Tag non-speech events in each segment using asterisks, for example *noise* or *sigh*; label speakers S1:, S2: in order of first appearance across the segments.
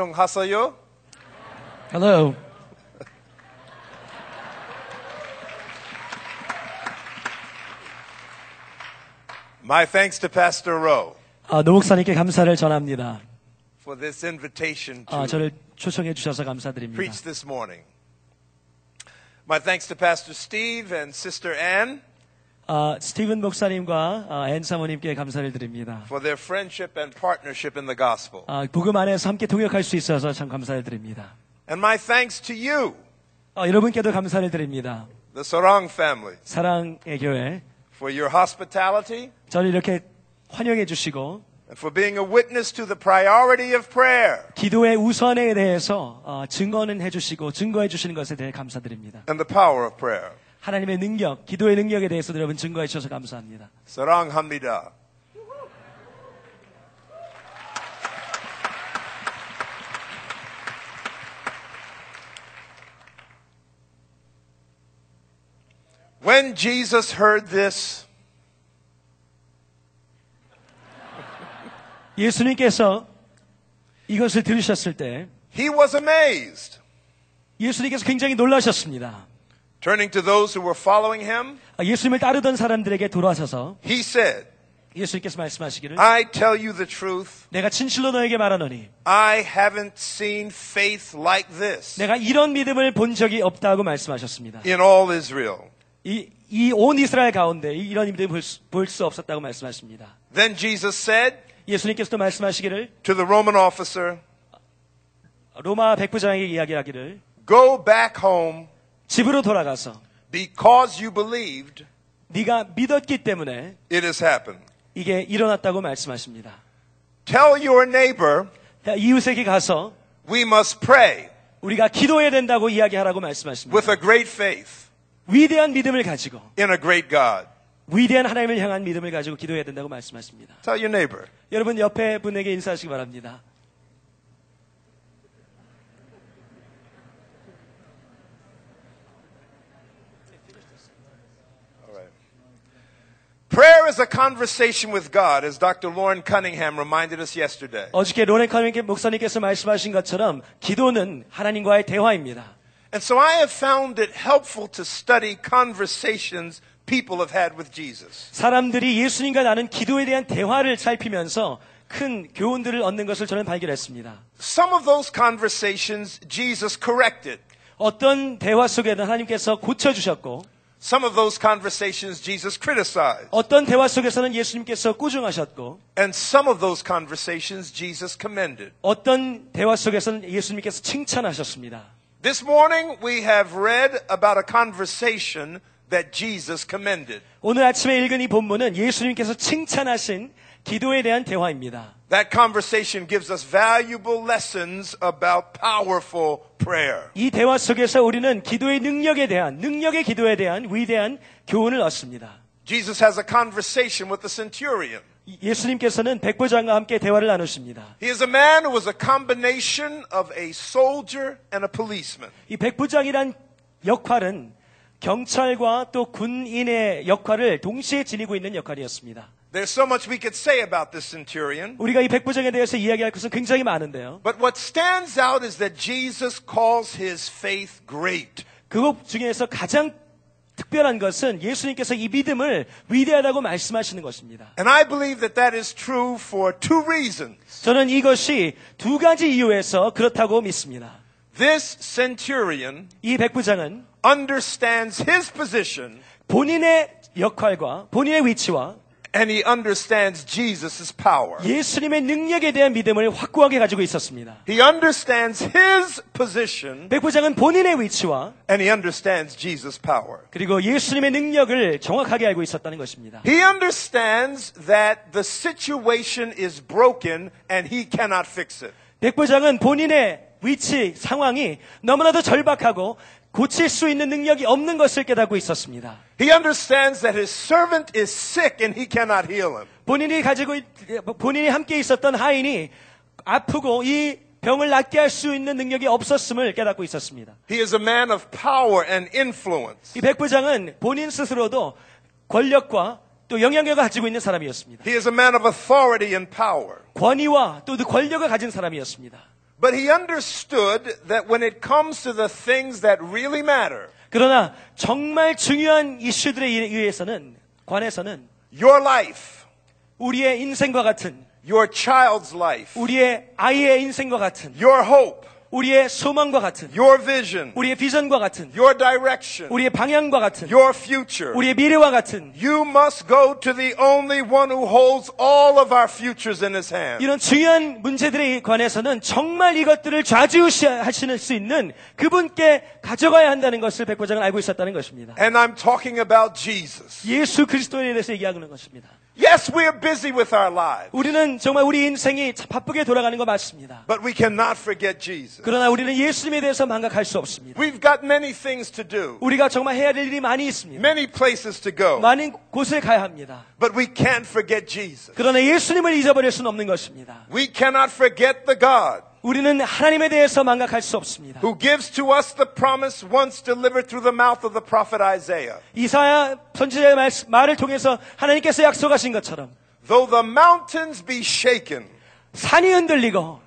S1: 안녕하세요.
S2: Hello.
S1: My thanks to Pastor Rowe
S2: 아, 노 목사님께 감사를 전합니다.
S1: for this invitation to
S2: 아, 저를 초청해 주셔서 감사드립니다.
S1: preach this morning. My thanks to Pastor Steve and Sister Ann
S2: 아, 스티븐 목사님과 아, 앤 사모님께 감사를 드립니다.
S1: for their friendship and partnership in the gospel.
S2: 아, 복음 안에서 함께 동역할 수 있어서 참 감사를 드립니다.
S1: And my thanks to you,
S2: 아, 여러분께도 감사를 드립니다.
S1: the Sarang family,
S2: 사랑의 교회,
S1: for your hospitality
S2: 저를 이렇게 환영해 주시고
S1: and for being a witness to the priority of prayer
S2: 기도의 우선에 대해서 어, 증거는 해주시고 증거해 주시는 것에 대해 감사드립니다.
S1: and the power of prayer.
S2: 하나님의 능력, 기도의 능력에 대해서 여러분 증거해 주셔서 감사합니다.
S1: Sarang Hamida. When Jesus heard this,
S2: 예수님께서 이것을 들으셨을 때
S1: he was amazed.
S2: 예수님께서 굉장히 놀라셨습니다.
S1: Turning to those who were following him,
S2: 아, 예수님을 따르던 사람들에게 돌아서서
S1: he said,
S2: 예수님께서 말씀하시기를
S1: I tell you the truth,
S2: 내가 진실로 너에게 말하노니
S1: I haven't seen faith like this
S2: 내가 이런 믿음을 본 적이 없다고 말씀하셨습니다.
S1: in all Israel.
S2: 이 온 이스라엘 가운데 이- 이런 믿음을 볼 수- 볼수 없었다고 말씀하십니다.
S1: Then Jesus said
S2: 예수님께서도 말씀하시기를
S1: to the Roman officer,
S2: 로마 백부장에게 이야기하기를
S1: Go back home
S2: 집으로 돌아가서
S1: because you believed
S2: 네가 믿었기 때문에
S1: it has happened.
S2: 이게 일어났다고 말씀하십니다.
S1: Tell your neighbor
S2: 자, 이웃에게 가서
S1: we must pray
S2: 우리가 기도해야 된다고 이야기하라고 말씀하십니다.
S1: with a great faith
S2: 위대한 믿음을 가지고
S1: in a great God.
S2: 위대한 하나님을 향한 믿음을 가지고 기도해야 된다고 말씀하십니다.
S1: Tell your neighbor.
S2: 여러분 옆에 분에게 인사하시기 바랍니다.
S1: Prayer is a conversation with God, as Dr. Lauren Cunningham reminded us yesterday.
S2: 어저께 로네카민 목사님께서 말씀하신 것처럼 기도는 하나님과의 대화입니다.
S1: And so I have found it helpful to study conversations people have had with Jesus.
S2: 사람들이 예수님과 나눈 기도에 대한 대화를 살피면서 큰 교훈들을 얻는 것을 저는 발견했습니다.
S1: Some of those conversations Jesus corrected.
S2: 어떤 대화 속에는 하나님께서 고쳐주셨고
S1: Some of those conversations Jesus criticized.
S2: 어떤 대화 속에서는 예수님께서 꾸중하셨고
S1: And some of those conversations Jesus commended.
S2: 어떤 대화 속에서는 예수님께서 칭찬하셨습니다.
S1: This morning we have read about a conversation that Jesus commended.
S2: 오늘 아침에 읽은 이 본문은 예수님께서 칭찬하신 기도에 대한 대화입니다.
S1: That conversation gives us valuable lessons about powerful prayer.
S2: 이 대화 속에서 우리는 기도의 능력에 대한 능력의 기도에 대한 위대한 교훈을 얻습니다.
S1: Jesus has a conversation with the centurion.
S2: 이- 예수님께서는 백부장과 함께 대화를 나누십니다.
S1: He is a man who was a combination of a soldier and a policeman.
S2: 이 백부장이란 역할은 경찰과 또 군인의 역할을 동시에 지니고 있는 역할이었습니다.
S1: There's so much we could say about this centurion,
S2: 우리가 이 백부장에 대해서 이야기할 것은 굉장히 많은데요.
S1: but what stands out is that Jesus calls his faith great.
S2: 그것 중에서 가장 특별한 것은 예수님께서 이 믿음을 위대하다고 말씀하시는 것입니다.
S1: And I believe that that is true for two reasons.
S2: 저는 이것이 두 가지 이유에서 그렇다고 믿습니다.
S1: This centurion
S2: 이 백부장은
S1: understands his position
S2: 본인의 역할과 본인의 위치와
S1: and he understands Jesus' power.
S2: 예수님의 능력에 대한 믿음을 확고하게 가지고 있었습니다.
S1: He understands his position
S2: 백부장은 본인의 위치와
S1: and he understands Jesus' power.
S2: 그리고 예수님의 능력을 정확하게 알고 있었다는 것입니다.
S1: He understands that the situation is broken and he cannot fix it.
S2: 백부장은 본인의 위치, 상황이 너무나도 절박하고 고칠 수 있는 능력이 없는 것을 깨닫고 있었습니다.
S1: He understands that his servant is sick and he cannot heal him.
S2: 본인이 가지고 있, 본인이 함께 있었던 하인이 아프고 이 병을 낫게 할 수 있는 능력이 없었음을 깨닫고 있었습니다.
S1: He is a man of power and influence.
S2: 이 백부장은 본인 스스로도 권력과 또 영향력을 가지고 있는 사람이었습니다.
S1: He is a man of authority and power.
S2: 권위와 또 그 권력을 가진 사람이었습니다.
S1: But he understood that when it comes to the things that really matter,
S2: 그러나 정말 중요한 이슈들에 의해서는 관해서는
S1: your life,
S2: 우리의 인생과 같은
S1: your child's life,
S2: 우리의 아이의 인생과 같은
S1: your hope,
S2: 우리의 소망과 같은
S1: your vision,
S2: 우리의 비전과 같은
S1: your direction,
S2: 우리의 방향과 같은
S1: your future,
S2: 우리의 미래와 같은
S1: you must go to the only one who holds all of our futures in his hand.
S2: 이런 중요한 문제들에 관해서는 정말 이것들을 좌지우시하실 수 있는 그분께 가져가야 한다는 것을 백과장은 알고 있었다는 것입니다.
S1: And I'm talking about Jesus.
S2: 예수 그리스도에 대해서 얘기하는 것입니다.
S1: Yes, we are busy with our lives,
S2: 우리는 정말 우리 인생이 참 바쁘게 돌아가는 거 맞습니다.
S1: but we cannot forget Jesus.
S2: 그러나 우리는 예수님에 대해서 망각할 수 없습니다.
S1: We've got many things to do,
S2: 우리가 정말 해야 될 일이 많이 있습니다.
S1: many places to go,
S2: 많은 곳에 가야 합니다.
S1: but we can't forget Jesus.
S2: 그러나 예수님을 잊어버릴 수는 없는 것입니다.
S1: We cannot forget the God
S2: 우리는 하나님에 대해서 망각할 수 없습니다.
S1: who gives to us the promise once delivered through the mouth of the prophet Isaiah.
S2: 이사야 선지자의 말, 말을 통해서 하나님께서 약속하신 것처럼
S1: Though the mountains be shaken
S2: 산이 흔들리고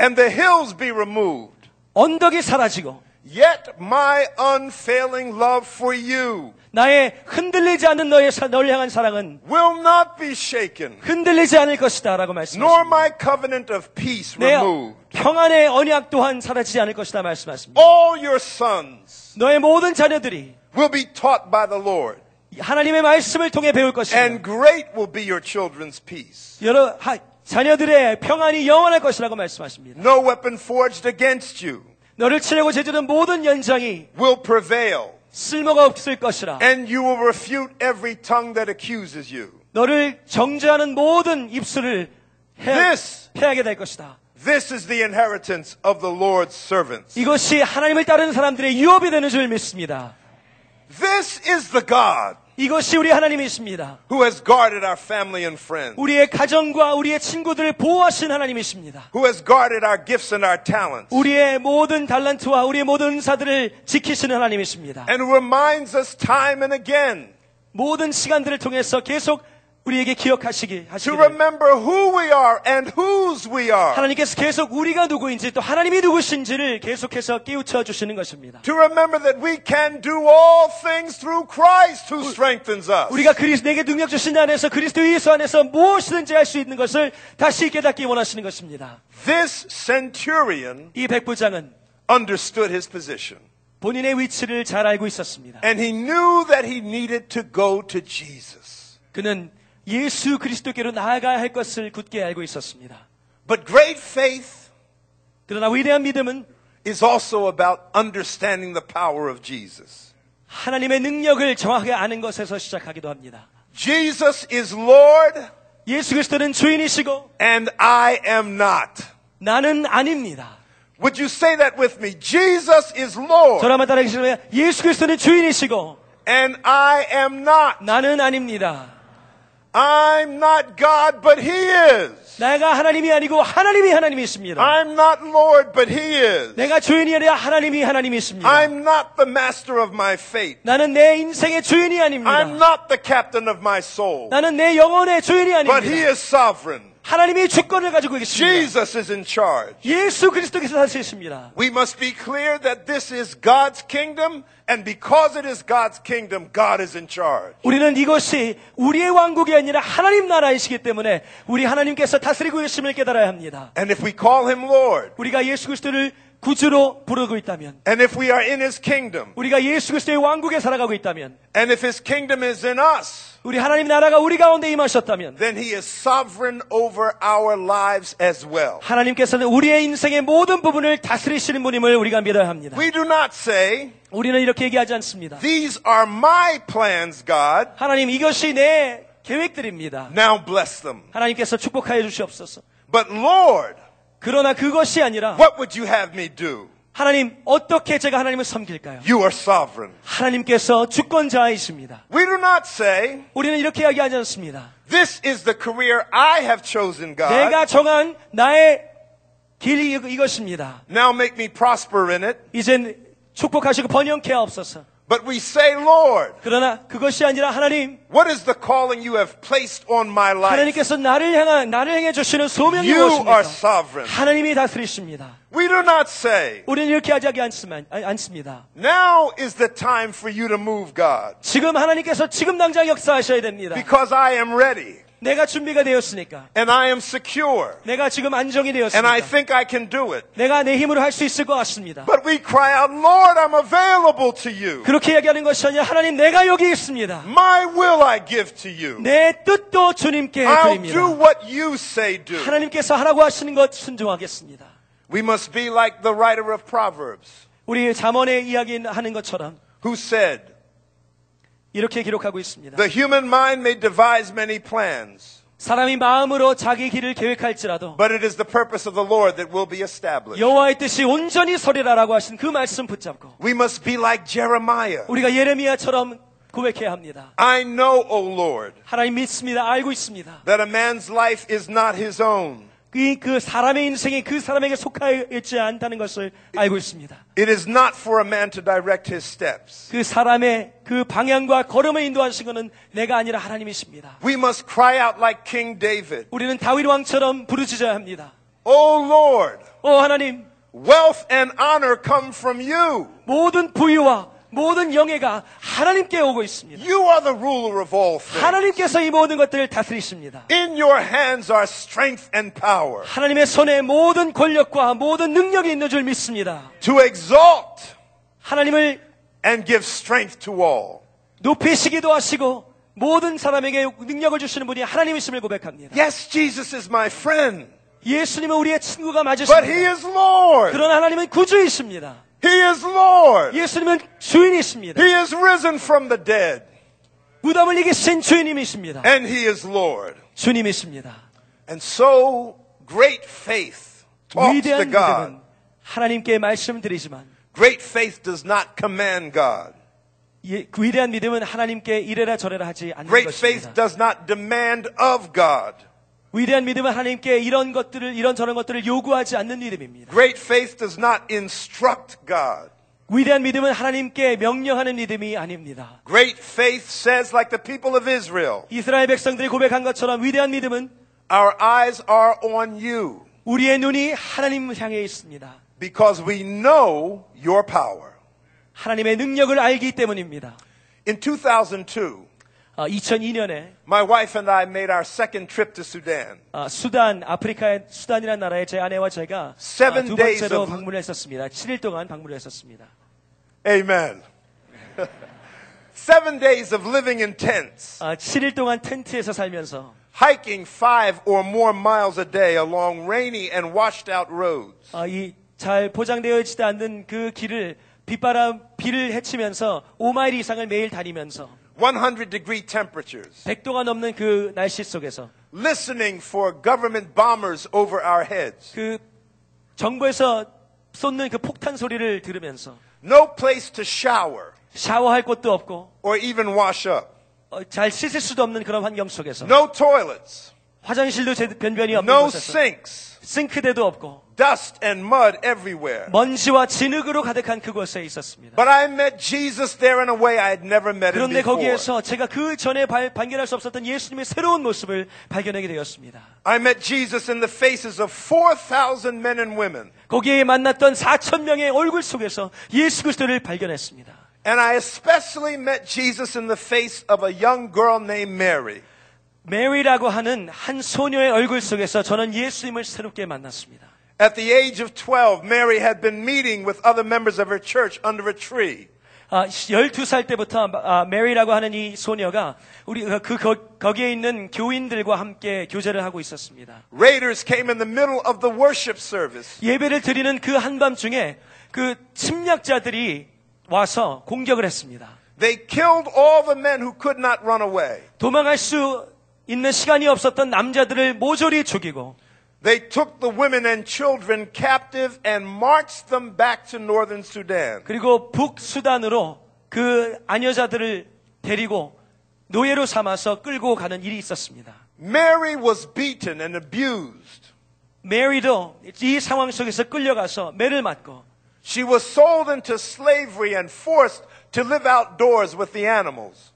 S1: and the hills be removed,
S2: 언덕이 사라지고
S1: yet my unfailing love for you
S2: 나의 흔들리지 않는 너의 사- 너를 향한 사랑은
S1: will not be shaken,
S2: 흔들리지 않을 것이다라고 말씀하십니다.
S1: nor my covenant of peace
S2: 내
S1: removed.
S2: 평안의 언약 또한 사라지지 않을 것이다 말씀하십니다.
S1: All your sons
S2: 너의 모든 자녀들이
S1: will be taught by the Lord,
S2: 하나님의 말씀을 통해 배울 것이다.
S1: and great will be your children's peace.
S2: 여러 하- 자녀들의 평안이 영원할 것이라고 말씀하십니다.
S1: No weapon forged against you
S2: 너를 치려고 제지른 모든 연장이
S1: will prevail,
S2: 쓸모가 없을 것이라.
S1: and you will refute every tongue that accuses you.
S2: 너를 정죄하는 모든 입술을 해,
S1: This,
S2: 패하게 될 것이다.
S1: this is the inheritance of the Lord's servants.
S2: 이것이 하나님을 따르는 사람들의 유업이 되는 줄 믿습니다.
S1: This is the God
S2: 이것이 우리 하나님이십니다.
S1: who has guarded our family and friends,
S2: 우리의 가정과 우리의 친구들을 보호하신 하나님이십니다.
S1: who has guarded our gifts and our talents,
S2: 우리의 모든 달란트와 우리의 모든 은사들을 지키시는 하나님이십니다.
S1: and who reminds us time and again
S2: 모든 시간들을 통해서 계속 우리에게 기억하시기
S1: to
S2: 하시기를
S1: remember who we are and whose we are,
S2: 하나님께서 계속 우리가 누구인지 또 하나님이 누구신지를 계속해서 깨우쳐 주시는 것입니다.
S1: to remember that we can do all things through Christ who strengthens us.
S2: 우리가 그리스도 내게 능력 주신 안에서 그리스도의 예수 안에서 무엇이든지 할 수 있는 것을 다시 깨닫기 원하시는 것입니다.
S1: This centurion
S2: 이 백부장은
S1: understood his position,
S2: 본인의 위치를 잘 알고 있었습니다.
S1: and he knew that he needed to go to Jesus.
S2: 그는 예수 그리스도께로 나아가야 할 것을 굳게 알고 있었습니다.
S1: But great faith
S2: 그러나 위대한 믿음은
S1: is also about understanding the power of Jesus.
S2: 하나님의 능력을 정확하게 아는 것에서 시작하기도 합니다.
S1: Jesus is Lord
S2: 예수 그리스도는 주인이시고
S1: and I am not.
S2: 나는 아닙니다.
S1: Would you say that with me? Jesus is Lord
S2: 저라만 따라하시면 예수 그리스도는 주인이시고
S1: and I am not.
S2: 나는 아닙니다.
S1: I'm not God, but He is.
S2: 내가 하나님이 아니고 하나님이 하나님이십니다.
S1: I'm not Lord, but He is.
S2: 내가 주인이 아니라 하나님이 하나님이십니다.
S1: I'm not the master of my fate.
S2: 나는 내 인생의 주인이
S1: I'm
S2: 아닙니다.
S1: not the captain of my soul,
S2: 나는 내 영혼의 주인이
S1: but He
S2: 아닙니다.
S1: is sovereign.
S2: 하나님이 주권을 가지고 계십니다.
S1: Jesus is in charge.
S2: 예수 그리스도께서 다스리십니다.
S1: We must be clear that this is God's kingdom, and because it is God's kingdom, God is in charge.
S2: 우리는 이것이 우리의 왕국이 아니라 하나님 나라이시기 때문에 우리 하나님께서 다스리고 계심을 깨달아야 합니다.
S1: And if we call Him Lord,
S2: 우리가 예수 그리스도를 구주로 부르고 있다면
S1: and if we are in His kingdom,
S2: 우리가 예수 그리스도의 왕국에 살아가고 있다면
S1: and if His kingdom is in us,
S2: 우리 하나님 나라가 우리 가운데 임하셨다면
S1: then He is sovereign over our lives as well.
S2: 하나님께서는 우리의 인생의 모든 부분을 다스리시는 분임을 우리가 믿어야 합니다.
S1: We do not say,
S2: 우리는 이렇게 얘기하지 않습니다.
S1: These are my plans, God.
S2: 하나님 이것이 내 계획들입니다.
S1: Now bless them.
S2: 하나님께서 축복하여 주시옵소서.
S1: But Lord,
S2: 그러나 그것이 아니라
S1: what would you have me do?
S2: 하나님 어떻게 제가 하나님을 섬길까요?
S1: You are sovereign.
S2: 하나님께서 주권자이십니다.
S1: We do not say,
S2: 우리는 이렇게 이야기하지 않습니다.
S1: This is the career I have chosen, God.
S2: 내가 정한 나의 길이 이- 이것입니다.
S1: Now make me prosper in it.
S2: 이젠 축복하시고 번영케 하옵소서.
S1: But we say, Lord,
S2: 그러나 그것이 아니라 하나님,
S1: what is the calling you have placed on my life?
S2: 하나님께서 나를 향한 나를 향해 주시는 소명이
S1: You are
S2: 무엇입니까?
S1: sovereign.
S2: 하나님이 다스리십니다.
S1: We do not say,
S2: 우리는 이렇게 하지 않지만- 아니, 않습니다.
S1: now is the time for you to move, God,
S2: 지금 하나님께서 지금 당장 역사하셔야 됩니다.
S1: because I am ready
S2: 내가 준비가 되었으니까.
S1: and I am secure
S2: 내가 지금 안정이
S1: and I
S2: 되었습니다.
S1: think I can do it.
S2: 내가 내 힘으로 할 수 있을 것 같습니다.
S1: But we cry out, Lord, I'm available to you.
S2: 그렇게 얘기하는 것이 아니라 하나님 내가 여기 있습니다.
S1: My will I give to you.
S2: 내 뜻도 주님께
S1: I'll do
S2: 드립니다.
S1: what you say do.
S2: 하나님께서 하라고 하시는 것 순종하겠습니다.
S1: We must be like the writer of Proverbs
S2: 우리 잠언의 이야기하는 것처럼
S1: who said,
S2: 이렇게 기록하고 있습니다.
S1: The human mind may devise many plans,
S2: 사람이 마음으로 자기 길을 계획할지라도
S1: but it is the purpose of the Lord that will be established.
S2: 여호와의 뜻이 온전히 서리라라고 하신 그 말씀 붙잡고
S1: We must be like Jeremiah.
S2: 우리가 예레미야처럼 고백해야 합니다.
S1: I know, O Lord,
S2: 하나님 믿습니다. 알고 있습니다.
S1: that a man's life is not his own.
S2: 그, 그 사람의 인생이 그 사람에게 속하여 있지 않다는 것을 알고 있습니다.
S1: It is not for a man to direct his steps.
S2: 그 사람의 그 방향과 걸음을 인도하신 것은 내가 아니라 하나님이십니다.
S1: We must cry out like King David,
S2: 우리는 다윗 왕처럼 부르짖어야 합니다.
S1: O Lord,
S2: 오 하나님,
S1: wealth and honor come from you.
S2: 모든 부유와 모든 영예가 하나님께 오고 있습니다.
S1: You are the ruler of all things.
S2: 하나님께서 이 모든 것들을 다스리십니다.
S1: In your hands are strength and power
S2: 하나님의 손에 모든 권력과 모든 능력이 있는 줄 믿습니다.
S1: to exalt
S2: 하나님을
S1: and give strength to all.
S2: 높이시기도 하시고 모든 사람에게 능력을 주시는 분이 하나님이심을 고백합니다.
S1: Yes, Jesus is my friend,
S2: 예수님은 우리의 친구가
S1: but he
S2: 맞으십니다.
S1: is Lord.
S2: 그러나 하나님은 구주이십니다.
S1: He is Lord.
S2: 예수님은 주인이십니다.
S1: He is risen from the dead,
S2: 무덤을 이기신 주인님이십니다.
S1: and he is Lord.
S2: 주님이십니다.
S1: And so great faith talks to
S2: 위대한 믿음은
S1: God.
S2: 하나님께 말씀드리지만
S1: Great faith does not command God.
S2: 예, 그 위대한 믿음은 하나님께 이래라 저래라 하지 않는
S1: Great faith
S2: 것입니다.
S1: does not demand of God.
S2: 위대한 믿음은 하나님께 이런 것들을 이런 저런 것들을 요구하지 않는 믿음입니다.
S1: Great faith does not instruct God.
S2: 위대한 믿음은 하나님께 명령하는 믿음이 아닙니다.
S1: Great faith says, like the people of Israel,
S2: 이스라엘 백성들이 고백한 것처럼 위대한 믿음은
S1: Our eyes are on you
S2: 우리의 눈이 하나님을 향해 있습니다.
S1: because we know your power.
S2: 하나님의 능력을 알기 때문입니다. 아,
S1: In 2002,
S2: 2002년에
S1: my wife and I made our second trip to Sudan.
S2: 아, 수단, 아프리카의 수단이라는 나라에 제 아내와 제가 아,
S1: Seven
S2: 두
S1: days
S2: 번째로
S1: of-
S2: 방문을 했었습니다. 7일 동안 방문을 했었습니다.
S1: Amen. *laughs* Seven days of living in tents,
S2: 7일 아, 동안 텐트에서 살면서
S1: hiking five or more miles a day along rainy and washed out roads.
S2: 아, 이 잘 보장되어 있지 않는 그 길을 빗바람, 비를 헤치면서 5마일 이상을 매일 다니면서
S1: 100 degree temperatures,
S2: 100도가 넘는 그 날씨 속에서
S1: listening for government bombers over our heads.
S2: 그 정부에서 쏟는 그 폭탄 소리를 들으면서
S1: No place to shower
S2: 샤워할 곳도 없고
S1: or even wash up.
S2: 어, 잘 씻을 수도 없는 그런 환경 속에서
S1: No toilets,
S2: 화장실도 제- 변변히 없는
S1: no
S2: 곳에서
S1: sinks,
S2: 싱크대도 없고
S1: dust and mud everywhere.
S2: 먼지와 진흙으로 가득한 그곳에 있었습니다.
S1: But I met Jesus there in a way I had never met him
S2: 그런데
S1: before.
S2: 거기에서 제가 그 전에 발, 발견할 수 없었던 예수님의 새로운 모습을 발견하게 되었습니다.
S1: I met Jesus in the faces of 4,000 men and women,
S2: 거기에 만났던 4천 명의 얼굴 속에서 예수 그리스도를 발견했습니다.
S1: and I especially met Jesus in the face of a young girl named Mary.
S2: 메리라고 하는 한 소녀의 얼굴 속에서 저는 예수님을 새롭게 만났습니다.
S1: At the age of 12, Mary had been meeting with other members of her church under a tree.
S2: 아, 12살 때부터 아, 메리라고 하는 이 소녀가 우리 그, 그- 거기에 있는 교인들과 함께 교제를 하고 있었습니다.
S1: Raiders came in the middle of the worship service
S2: 예배를 드리는 그 한밤중에 그 침략자들이 와서 공격을 했습니다.
S1: They killed all the men who could not run away.
S2: 도망할 수 있는 시간이 없었던 남자들을 모조리 죽이고
S1: They took the women and children captive and marched them back to northern Sudan.
S2: 그리고 북수단으로 그 아녀자들을 데리고 노예로 삼아서 끌고 가는 일이 있었습니다.
S1: Mary was beaten and abused.
S2: 메리도 이 상황 속에서 끌려가서 매를 맞고
S1: She was sold into slavery and forced to live outdoors with the animals.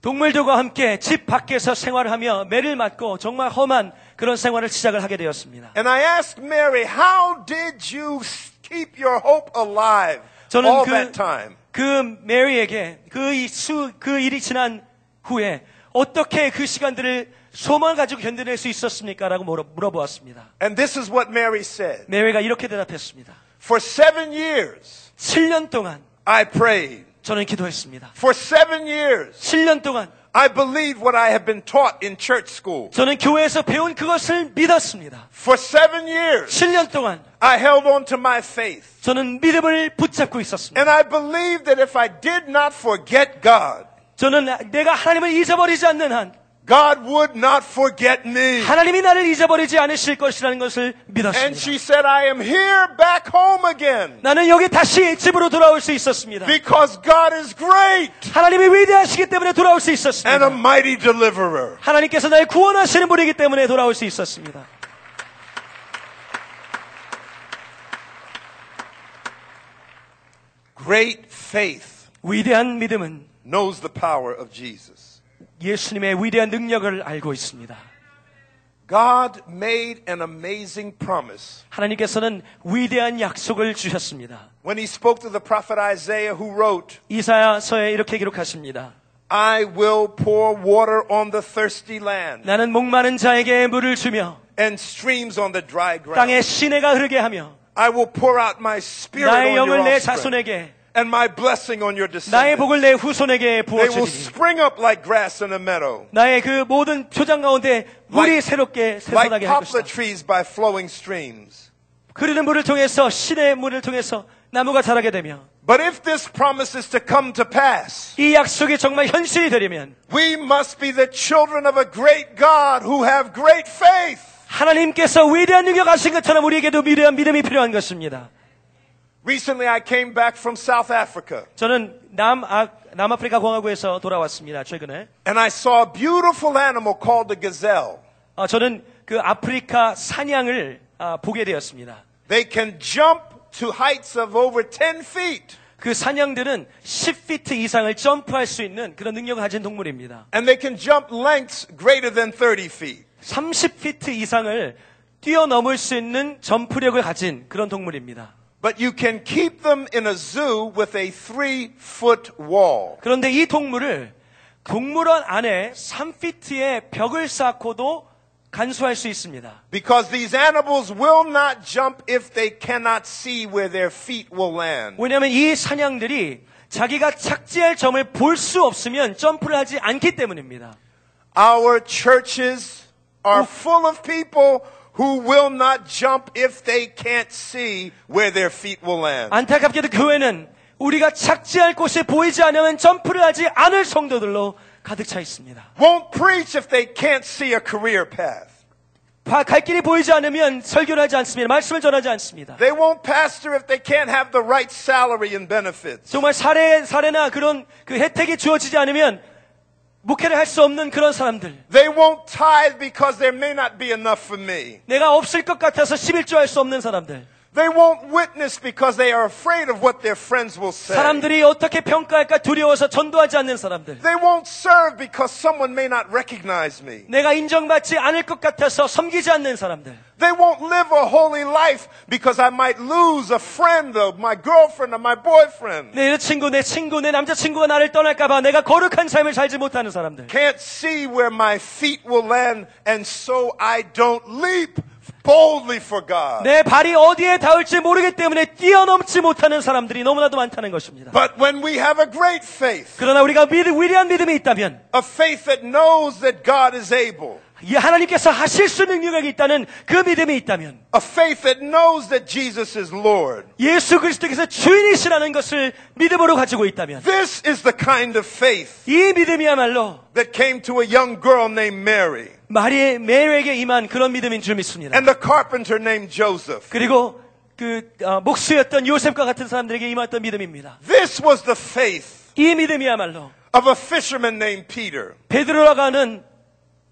S2: 동물들과 함께 집 밖에서 생활하며 매를 맞고 정말 험한 그런 생활을 시작을 하게 되었습니다.
S1: And I asked Mary, How did you s- keep your hope alive all
S2: 저는 그,
S1: that time?
S2: 그 메리에게 그, 이 수, 그 일이 지난 후에 어떻게 그 시간들을 소망을 가지고 견뎌낼 수 있었습니까? 라고 물어, 물어보았습니다.
S1: And this is what Mary said
S2: 메리가 이렇게 대답했습니다.
S1: For seven years,
S2: 7년 동안
S1: I prayed.
S2: 저는 기도했습니다.
S1: For seven years,
S2: 7년 동안
S1: I believed what I have been taught in church school.
S2: 저는 교회에서 배운 그것을 믿었습니다.
S1: For seven years,
S2: 7년 동안
S1: I held on to my faith.
S2: 저는 믿음을 붙잡고 있었습니다.
S1: And I believed that if I did not forget God,
S2: 저는 내가 하나님을 잊어버리지 않는 한
S1: God would not forget me.
S2: 하나님이 나를 잊어버리지 않으실 것이라는 것을
S1: And
S2: 믿었습니다.
S1: she said, I am here back home again
S2: 나는 여기 다시 집으로 돌아올 수 있었습니다.
S1: because God is great
S2: 하나님이 위대하시기 때문에 돌아올
S1: and
S2: 수
S1: a
S2: 있었습니다.
S1: mighty deliverer.
S2: 하나님께서 나를 구원하시는 분이기 때문에 돌아올 수 있었습니다.
S1: Great faith
S2: 위대한 믿음은
S1: knows the power of Jesus.
S2: 예수님의 위대한 능력을 알고 있습니다.
S1: God made an amazing promise
S2: 하나님께서는 위대한 약속을 주셨습니다.
S1: when he spoke to the prophet Isaiah, who wrote,
S2: 이사야서에 이렇게 기록하십니다.
S1: I will pour water on the thirsty land
S2: 나는 목마른 자에게 물을 주며
S1: and streams on the dry ground.
S2: 땅에 시내가 흐르게 하며
S1: I will pour out my spirit on
S2: 나의
S1: your
S2: 영을 내
S1: offspring
S2: 자손에게
S1: and my blessing on your
S2: 나의
S1: descendants.
S2: 복을 내 후손에게
S1: They will
S2: 부어주리니
S1: spring up like grass in a meadow,
S2: 나의 그 모든 표장 가운데 물이
S1: Like-
S2: 새롭게
S1: like
S2: 샘솟하게 할
S1: poplar
S2: 것이다.
S1: trees by flowing streams.
S2: 그리는 물을 통해서 신의 물을 통해서 나무가 자라게 되며
S1: But if this promise is to come to pass,
S2: 이 약속이 정말 현실이 되려면
S1: we must be the children of a great God who have great faith.
S2: 하나님께서 위대한 능력 하신 것처럼 우리에게도 위대한 믿음이 필요한 것입니다.
S1: Recently, I came back from South Africa
S2: 저는 남아, 남아프리카 공화국에서 돌아왔습니다. 최근에
S1: and I saw a beautiful animal called a gazelle.
S2: 어, 저는 그 아프리카 사냥을 아, 보게 되었습니다.
S1: They can jump to heights of over 10 feet
S2: 그 사냥들은 10피트 이상을 점프할 수 있는 그런 능력을 가진 동물입니다.
S1: and they can jump lengths greater than 30 feet.
S2: 30피트 이상을 뛰어넘을 수 있는 점프력을 가진 그런 동물입니다.
S1: But you can keep them in a zoo with a three foot wall.
S2: 그런데 이 동물을 동물원 안에 3피트의 벽을 쌓고도 간수할 수 있습니다.
S1: Because these animals will not jump if they cannot see where their feet will land.
S2: 왜냐하면 이 사냥들이 자기가 착지할 점을 볼 수 없으면 점프를 하지 않기 때문입니다.
S1: Our churches are full of people who will not jump if they can't see where their feet will land.
S2: 안타깝게도 교회는 우리가 착지할 곳이 보이지 않으면 점프를 하지 않을 성도들로 가득 차 있습니다.
S1: Won't preach if they can't see a career path.
S2: 바- 갈 길이 보이지 않으면 설교를 하지 않습니다. 말씀을 전하지 않습니다.
S1: They won't pastor if they can't have the right salary and benefits.
S2: 정말 사례, 사례나 그런 그 혜택이 주어지지 않으면 목회를 할 수 없는 그런 사람들.
S1: They won't tithe because there may not be enough for me.
S2: 내가 없을 것 같아서 11조 할 수 없는 사람들.
S1: They won't witness because they are afraid of what their friends will say.
S2: 사람들이 어떻게 평가할까 두려워서 전도하지 않는 사람들.
S1: They won't serve because someone may not recognize me.
S2: 내가 인정받지 않을 것 같아서 섬기지 않는 사람들.
S1: They won't live a holy life because I might lose a friend of my girlfriend or my boyfriend.
S2: 내 여자친구, 내 친구, 내 남자친구가 나를 떠날까봐 내가 거룩한 삶을 살지 못하는 사람들.
S1: Can't see where my feet will land, and so I don't leap boldly for God.
S2: 내 발이 어디에 닿을지 모르기 때문에 뛰어넘지 못하는 사람들이 너무나도 많다는 것입니다.
S1: But when we have a great faith,
S2: 그러나 우리가 믿, 위대한 믿음이 있다면
S1: a faith that knows that God is able,
S2: 이 하나님께서 하실 수 있는 능력이 있다는 그 믿음이 있다면
S1: a faith that knows that Jesus is Lord,
S2: 예수 그리스도께서 주인이시라는 것을 믿음으로 가지고 있다면
S1: this is the kind of faith
S2: 이 믿음이야말로
S1: that came to a young girl named Mary
S2: 마리의 메리에게 임한 그런 믿음인 줄 믿습니다.
S1: and a carpenter named Joseph.
S2: 그리고 그 어, 목수였던 요셉과 같은 사람들에게 임했던 믿음입니다.
S1: This was the faith
S2: 이 믿음이야말로
S1: of a fisherman named Peter.
S2: 베드로라고 하는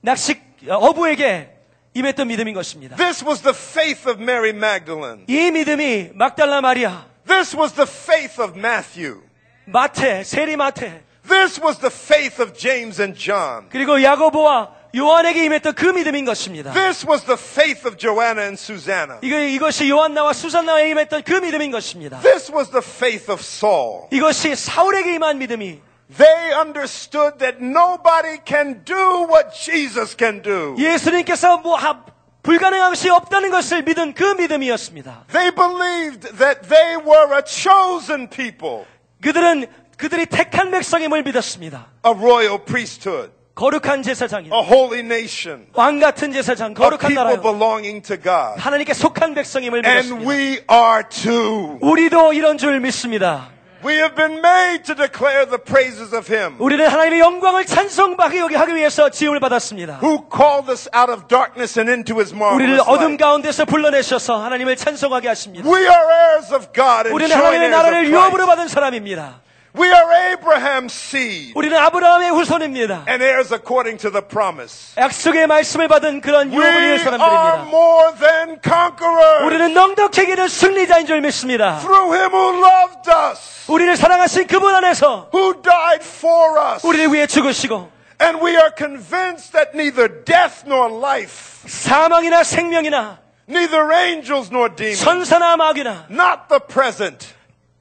S2: 낚시 어부에게 임했던 믿음인 것입니다.
S1: This was the faith of Mary Magdalene.
S2: 이 믿음이 막달라 마리아,
S1: This was the faith of Matthew.
S2: 마태, 세리 마태,
S1: This was the faith of James and John.
S2: 그리고 야고보와 요한에게 임했던 그 믿음인 것입니다.
S1: This was the faith of Joanna and Susanna.
S2: 이거, 이것이 요한나와 수산나에 임했던 그 믿음인 것입니다.
S1: This was the faith of Saul.
S2: 이것이 사울에게 임한 믿음이
S1: They understood that nobody can do what Jesus can do.
S2: 예수님께서 뭐 하- 불가능한 것이 없다는 것을 믿은 그 믿음이었습니다.
S1: They believed that they were a chosen people,
S2: 그들은 그들이 택한 백성임을 믿었습니다.
S1: a royal priesthood,
S2: 거룩한 제사장이
S1: a holy nation,
S2: 왕 같은 제사장,
S1: a
S2: 거룩한
S1: 어. people
S2: 나라요.
S1: belonging to God.
S2: 하나님께 속한 백성임을
S1: And
S2: 믿었습니다.
S1: we are too.
S2: 우리도 이런 줄 믿습니다.
S1: We have been made to declare the praises of Him
S2: 우리는 하나님의 영광을 찬송하기 여기 하기 위해서 지음을 받았습니다.
S1: who called us out of darkness and into His
S2: 우리를
S1: marvelous
S2: 어둠
S1: light.
S2: 가운데서 불러내셔서 하나님을 찬송하게 하십니다.
S1: We are heirs of God and
S2: 우리는
S1: joint
S2: 하나님의 나라를
S1: heirs of
S2: 유업으로
S1: Christ.
S2: 받은 사람입니다.
S1: We are Abraham's seed
S2: 우리는 아브라함의 후손입니다.
S1: and heirs according to the promise.
S2: 약속의 말씀을 받은 그런
S1: We
S2: 유업을 잃은
S1: are
S2: 사람들입니다.
S1: more than conquerors
S2: 우리는 넉넉히 기는 승리자인 줄 믿습니다.
S1: through Him who loved us,
S2: 우리를 사랑하신 그분 안에서
S1: who died for us.
S2: 우리를 위해 죽으시고
S1: And we are convinced that neither death nor life,
S2: 사망이나 생명이나
S1: neither angels nor demons,
S2: 천사나 마귀나
S1: not the present,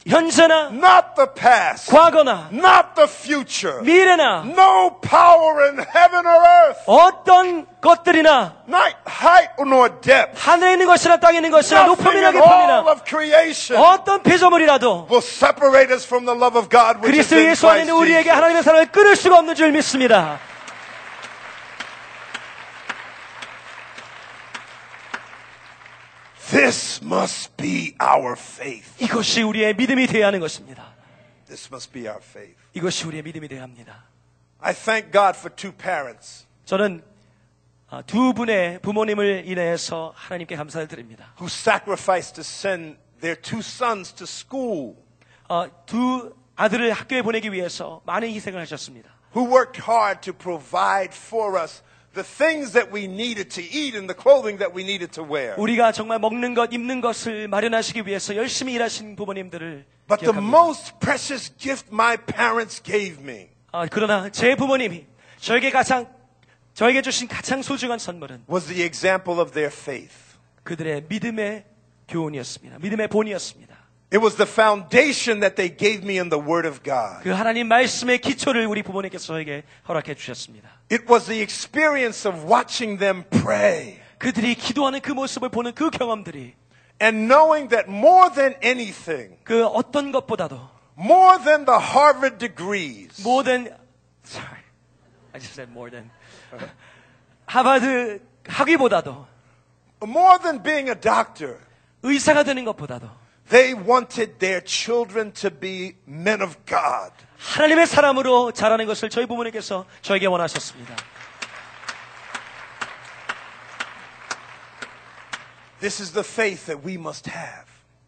S2: 현재나
S1: not the past,
S2: 과거나
S1: not the future,
S2: 미래나
S1: no power in heaven or earth,
S2: 어떤 것들이나
S1: not height nor depth,
S2: 하늘에 있는 것이나 땅에 있는 것이나
S1: nothing
S2: 높음이나
S1: in all
S2: 깊음이나
S1: of creation
S2: 어떤 피조물이라도
S1: will separate us from the love of God which is
S2: 그리스도
S1: in
S2: 예수 안에 있는
S1: Christ
S2: 우리에게
S1: Jesus.
S2: 하나님의 사랑을 끊을 수가 없는 줄 믿습니다.
S1: This must be our faith.
S2: 이것이 우리의 믿음이 되어야 하는 것입니다.
S1: This must be our faith.
S2: 이것이 우리의 믿음이 되어야 합니다.
S1: I thank God for two parents
S2: 저는 아, 두 분의 부모님을 인해서 하나님께 감사를 드립니다.
S1: who sacrificed to send their two sons to school,
S2: 어, 두 아들을 학교에 보내기 위해서 많은 희생을 하셨습니다.
S1: who worked hard to provide for us the things that we needed to eat and the clothing that we needed to wear.
S2: 우리가 정말 먹는 것, 입는 것을 마련하시기 위해서 열심히 일하신 부모님들을
S1: But the
S2: 기억합니다.
S1: most precious gift my parents gave me
S2: 아, 그러나 제 부모님이 저에게 가장 저에게 주신 가장 소중한 선물은
S1: was the example of their faith.
S2: 그들의 믿음의 교훈이었습니다. 믿음의 본이었습니다.
S1: It was the foundation that they gave me in the Word of God.
S2: 그 하나님 말씀의 기초를 우리 부모님께서 저에게 허락해 주셨습니다.
S1: It was the experience of watching them pray
S2: 그들이 기도하는 그 모습을 보는 그 경험들이
S1: and knowing that more than anything,
S2: 그 어떤 것보다도
S1: more than the Harvard degrees,
S2: 모든 sorry, I just said more than 하버드 학위보다도
S1: more than being a doctor,
S2: 의사가 되는 것보다도
S1: they wanted their children to be men of God.
S2: 하나님의 사람으로 자라는 것을 저희 부모님께서 저에게 원하셨습니다.
S1: This is the faith that we must have.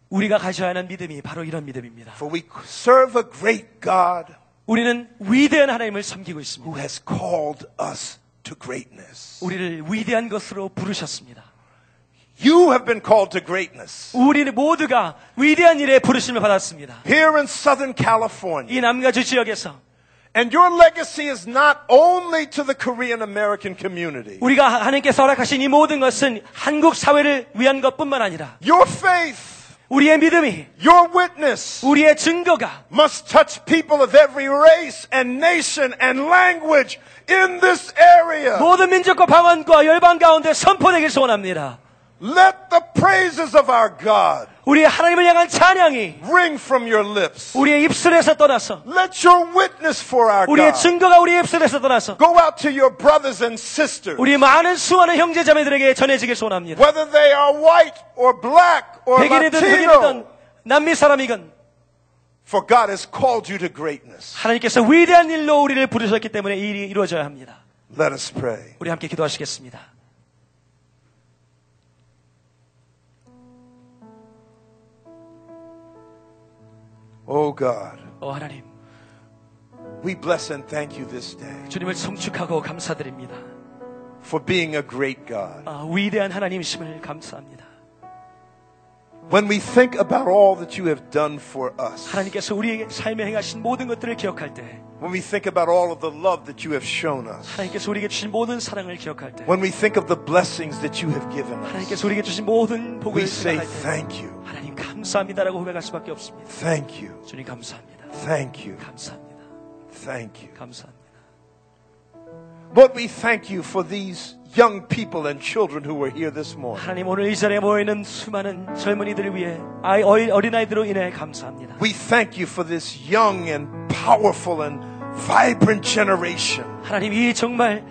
S2: 우리가 가져야 하는 믿음이 바로 이런 믿음입니다.
S1: For we serve a great God
S2: 우리는 위대한 하나님을 섬기고
S1: who
S2: 있습니다.
S1: has called us to greatness.
S2: 우리를 위대한 것으로 부르셨습니다.
S1: You have been called to greatness.
S2: 우리는 모두가 위대한 일에 부르심을 받았습니다.
S1: Here in Southern California.
S2: 이 남가주 지역에서
S1: And your legacy is not only to the Korean American community.
S2: 우리가 하나님께서 허락하신 이 모든 것은 한국 사회를 위한 것뿐만 아니라
S1: Your faith,
S2: 우리의 믿음이
S1: your witness
S2: 우리의 증거가
S1: must touch people of every race and nation and language in this area.
S2: 모든 민족과 방언과 열방 가운데 선포되길 소원합니다.
S1: Let the praises of our God
S2: 우리의 하나님을 향한 찬양이
S1: ring from your lips.
S2: 우리의 입술에서 떠나서
S1: Let your witness for our
S2: 우리의
S1: God
S2: 증거가 우리의 입술에서 떠나서
S1: go out to your brothers and sisters,
S2: 우리 많은 수많은 형제자매들에게 전해지길 소원합니다.
S1: whether they are white or black or
S2: 백인이든
S1: Latino.
S2: 흑인이든 남미 사람이건
S1: For God has called you to greatness.
S2: 하나님께서 위대한 일로 우리를 부르셨기 때문에 이 일이 이루어져야 합니다.
S1: Let us pray.
S2: 우리 함께 기도하시겠습니다.
S1: Oh God,
S2: 어, 하나님,
S1: we bless and thank you this day
S2: 주님을 송축하고 감사드립니다.
S1: for being a great God.
S2: 아, 위대한 하나님이심을 감사합니다.
S1: When we think about all that you have done for us,
S2: 하나님께서 우리의 삶에 행하신 모든 것들을 기억할 때,
S1: when we think about all of the love that you have shown us,
S2: 하나님께서 우리에게 주신 모든 사랑을 기억할 때,
S1: when we think of the blessings that you have given us,
S2: 하나님께서 우리에게 주신 모든
S1: we
S2: 복을
S1: say
S2: 생각할 때,
S1: thank you,
S2: 하나님 감사합니다라고 고백할 수밖에 없습니다.
S1: thank you,
S2: 주님 감사합니다.
S1: thank you,
S2: 감사합니다.
S1: thank you.
S2: 감사합니다.
S1: Lord, we thank you for these young people and children who were here this morning.
S2: 하나님 오늘 이 자리에 모이는 수많은 젊은이들을 위해 아이 어린- 어린아이들로 인해 감사합니다.
S1: We thank you for this young and powerful and vibrant generation.
S2: 하나님 이 정말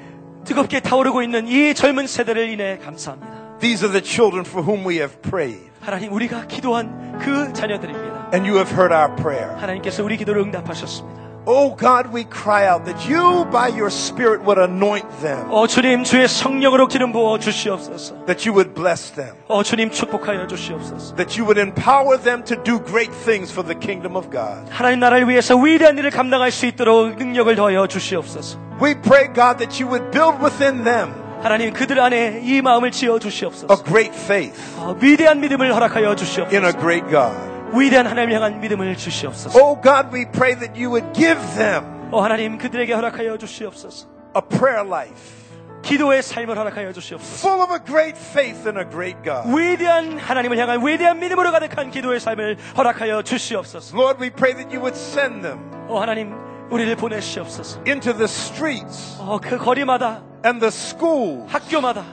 S2: 뜨겁게 타오르고 있는 이 젊은 세대를 인해 감사합니다.
S1: These are the children for whom we have prayed,
S2: 하나님 우리가 기도한 그 자녀들입니다.
S1: and you have heard our prayer.
S2: 하나님께서 우리 기도를 응답하셨습니다.
S1: Oh God, we cry out that you, by your Spirit, would anoint them,
S2: 어 주님 주의 성령으로 기름 부어 주시옵소서.
S1: that you would bless them,
S2: 어 주님 축복하여 주시옵소서.
S1: that you would empower them to do great things for the kingdom of God.
S2: 하나님 나라를 위해서 위대한 일을 감당할 수 있도록 능력을 더하여 주시옵소서.
S1: We pray, God, that you would build within them
S2: 하나님 그들 안에 이 마음을 지어
S1: a
S2: 주시옵소서.
S1: great faith
S2: 어, 위대한 믿음을 허락하여
S1: in a
S2: 주시옵소서.
S1: great God.
S2: 위대한 하나님을 향한 믿음을 주시옵소서.
S1: Oh God, we pray that you would give them
S2: 어, 하나님 그들에게 허락하여 주시옵소서.
S1: a prayer life
S2: 기도의 삶을 허락하여 주시옵소서.
S1: full of a great faith in a great God.
S2: 위대한 하나님을 향한 위대한 믿음으로 가득한 기도의 삶을 허락하여 주시옵소서.
S1: Lord, we pray that you would send them
S2: 어, 하나님, 우리를 보내시옵소서.
S1: into the streets
S2: 어, 그 거리마다,
S1: and the schools
S2: 학교마다,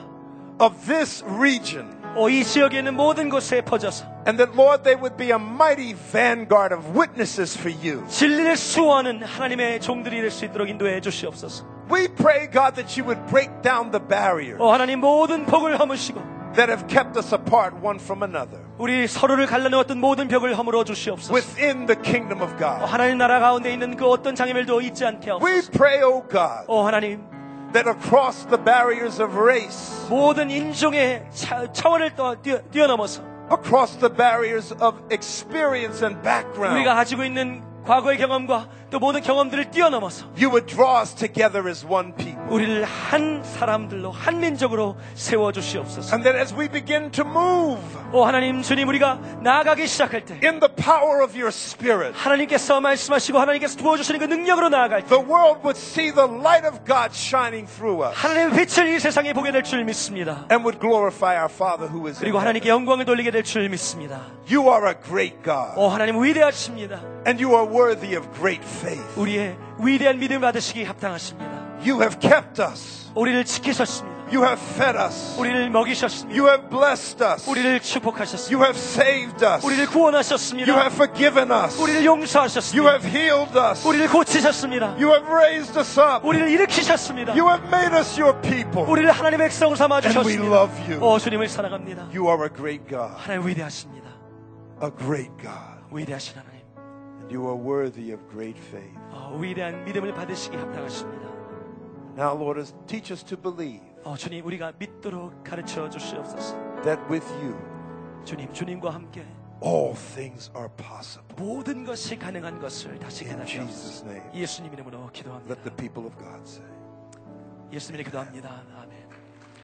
S1: of this region.
S2: 어, 이 지역에 있는 모든 곳에 퍼져서
S1: And that, Lord, they would be a mighty vanguard of witnesses for you.
S2: 진리를 수호하는 하나님의 종들이 될 수 있도록 인도해 주시옵소서.
S1: We pray, God, that you would break down the barriers
S2: 어, 하나님 모든 복을 허무시고
S1: that have kept us apart one from another
S2: 우리 서로를 갈라놓았던 모든 벽을 허물어 주시옵소서.
S1: within the kingdom of
S2: 어,
S1: God.
S2: 하나님 나라 가운데 있는 그 어떤 장애물도 잊지 않게
S1: We
S2: 하옵소서.
S1: pray, oh God,
S2: 어, 하나님
S1: that across the barriers of race,
S2: 모든 인종의 차, 차원을 떠- 뛰어, 뛰어넘어서
S1: across the barriers of experience and
S2: 우리가
S1: background,
S2: 가지고 있는 과거의 경험과 또 모든 경험들을 뛰어넘어서
S1: you would draw us together as one people.
S2: 우리를 한 사람들로 한 민족으로 세워 주시옵소서.
S1: And that as we begin to move
S2: 오 하나님 주님 우리가 나아가기 시작할 때
S1: in the power of your spirit,
S2: 하나님께서 말씀하시고 하나님께서 부어 주시는 그 능력으로 나아갈 때
S1: the world would see the light of God shining through us
S2: 하나님의 빛을 이 세상에 보게 될 줄 믿습니다.
S1: and would glorify our Father who is in
S2: 그리고
S1: heaven.
S2: 하나님께 영광을 돌리게 될 줄 믿습니다.
S1: You are a great God
S2: 오 하나님 위대하십니다.
S1: and you are worthy of great faith.
S2: 우리의 위대한 믿음 받으시기 합당하십니다.
S1: You have kept us.
S2: 우리를 지키셨습니다.
S1: You have fed us.
S2: 우리를 먹이셨습니다.
S1: You have blessed us.
S2: 우리를 축복하셨습니다.
S1: You have saved us.
S2: 우리를
S1: You
S2: 구원하셨습니다.
S1: have forgiven us.
S2: 우리를
S1: You
S2: 용서하셨습니다.
S1: have healed us.
S2: 우리를 고치셨습니다.
S1: You have raised us up.
S2: 우리를 일으키셨습니다.
S1: You have made us your people.
S2: 우리를 하나님의 백성 삼아
S1: And we
S2: 주셨습니다.
S1: love you.
S2: 어 주님을 사랑합니다.
S1: You are a great God,
S2: 하나님 위대하십니다.
S1: a great God,
S2: 위대하신 하나님.
S1: and you are worthy of great faith.
S2: 어, 위대한 믿음을 받으시기 합당하십니다.
S1: Now, Lord, as- teach us to believe
S2: 어, 주님 우리가 믿도록 가르쳐 주시옵소서.
S1: that with you
S2: 주님 주님과 함께
S1: all things are possible.
S2: 모든 것이 가능한 것을 다시
S1: In
S2: 깨닫게 하소서.
S1: Jesus' name,
S2: 예수님 이름으로 기도합니다.
S1: let the people of God say.
S2: 예수님의 기도합니다. 아멘.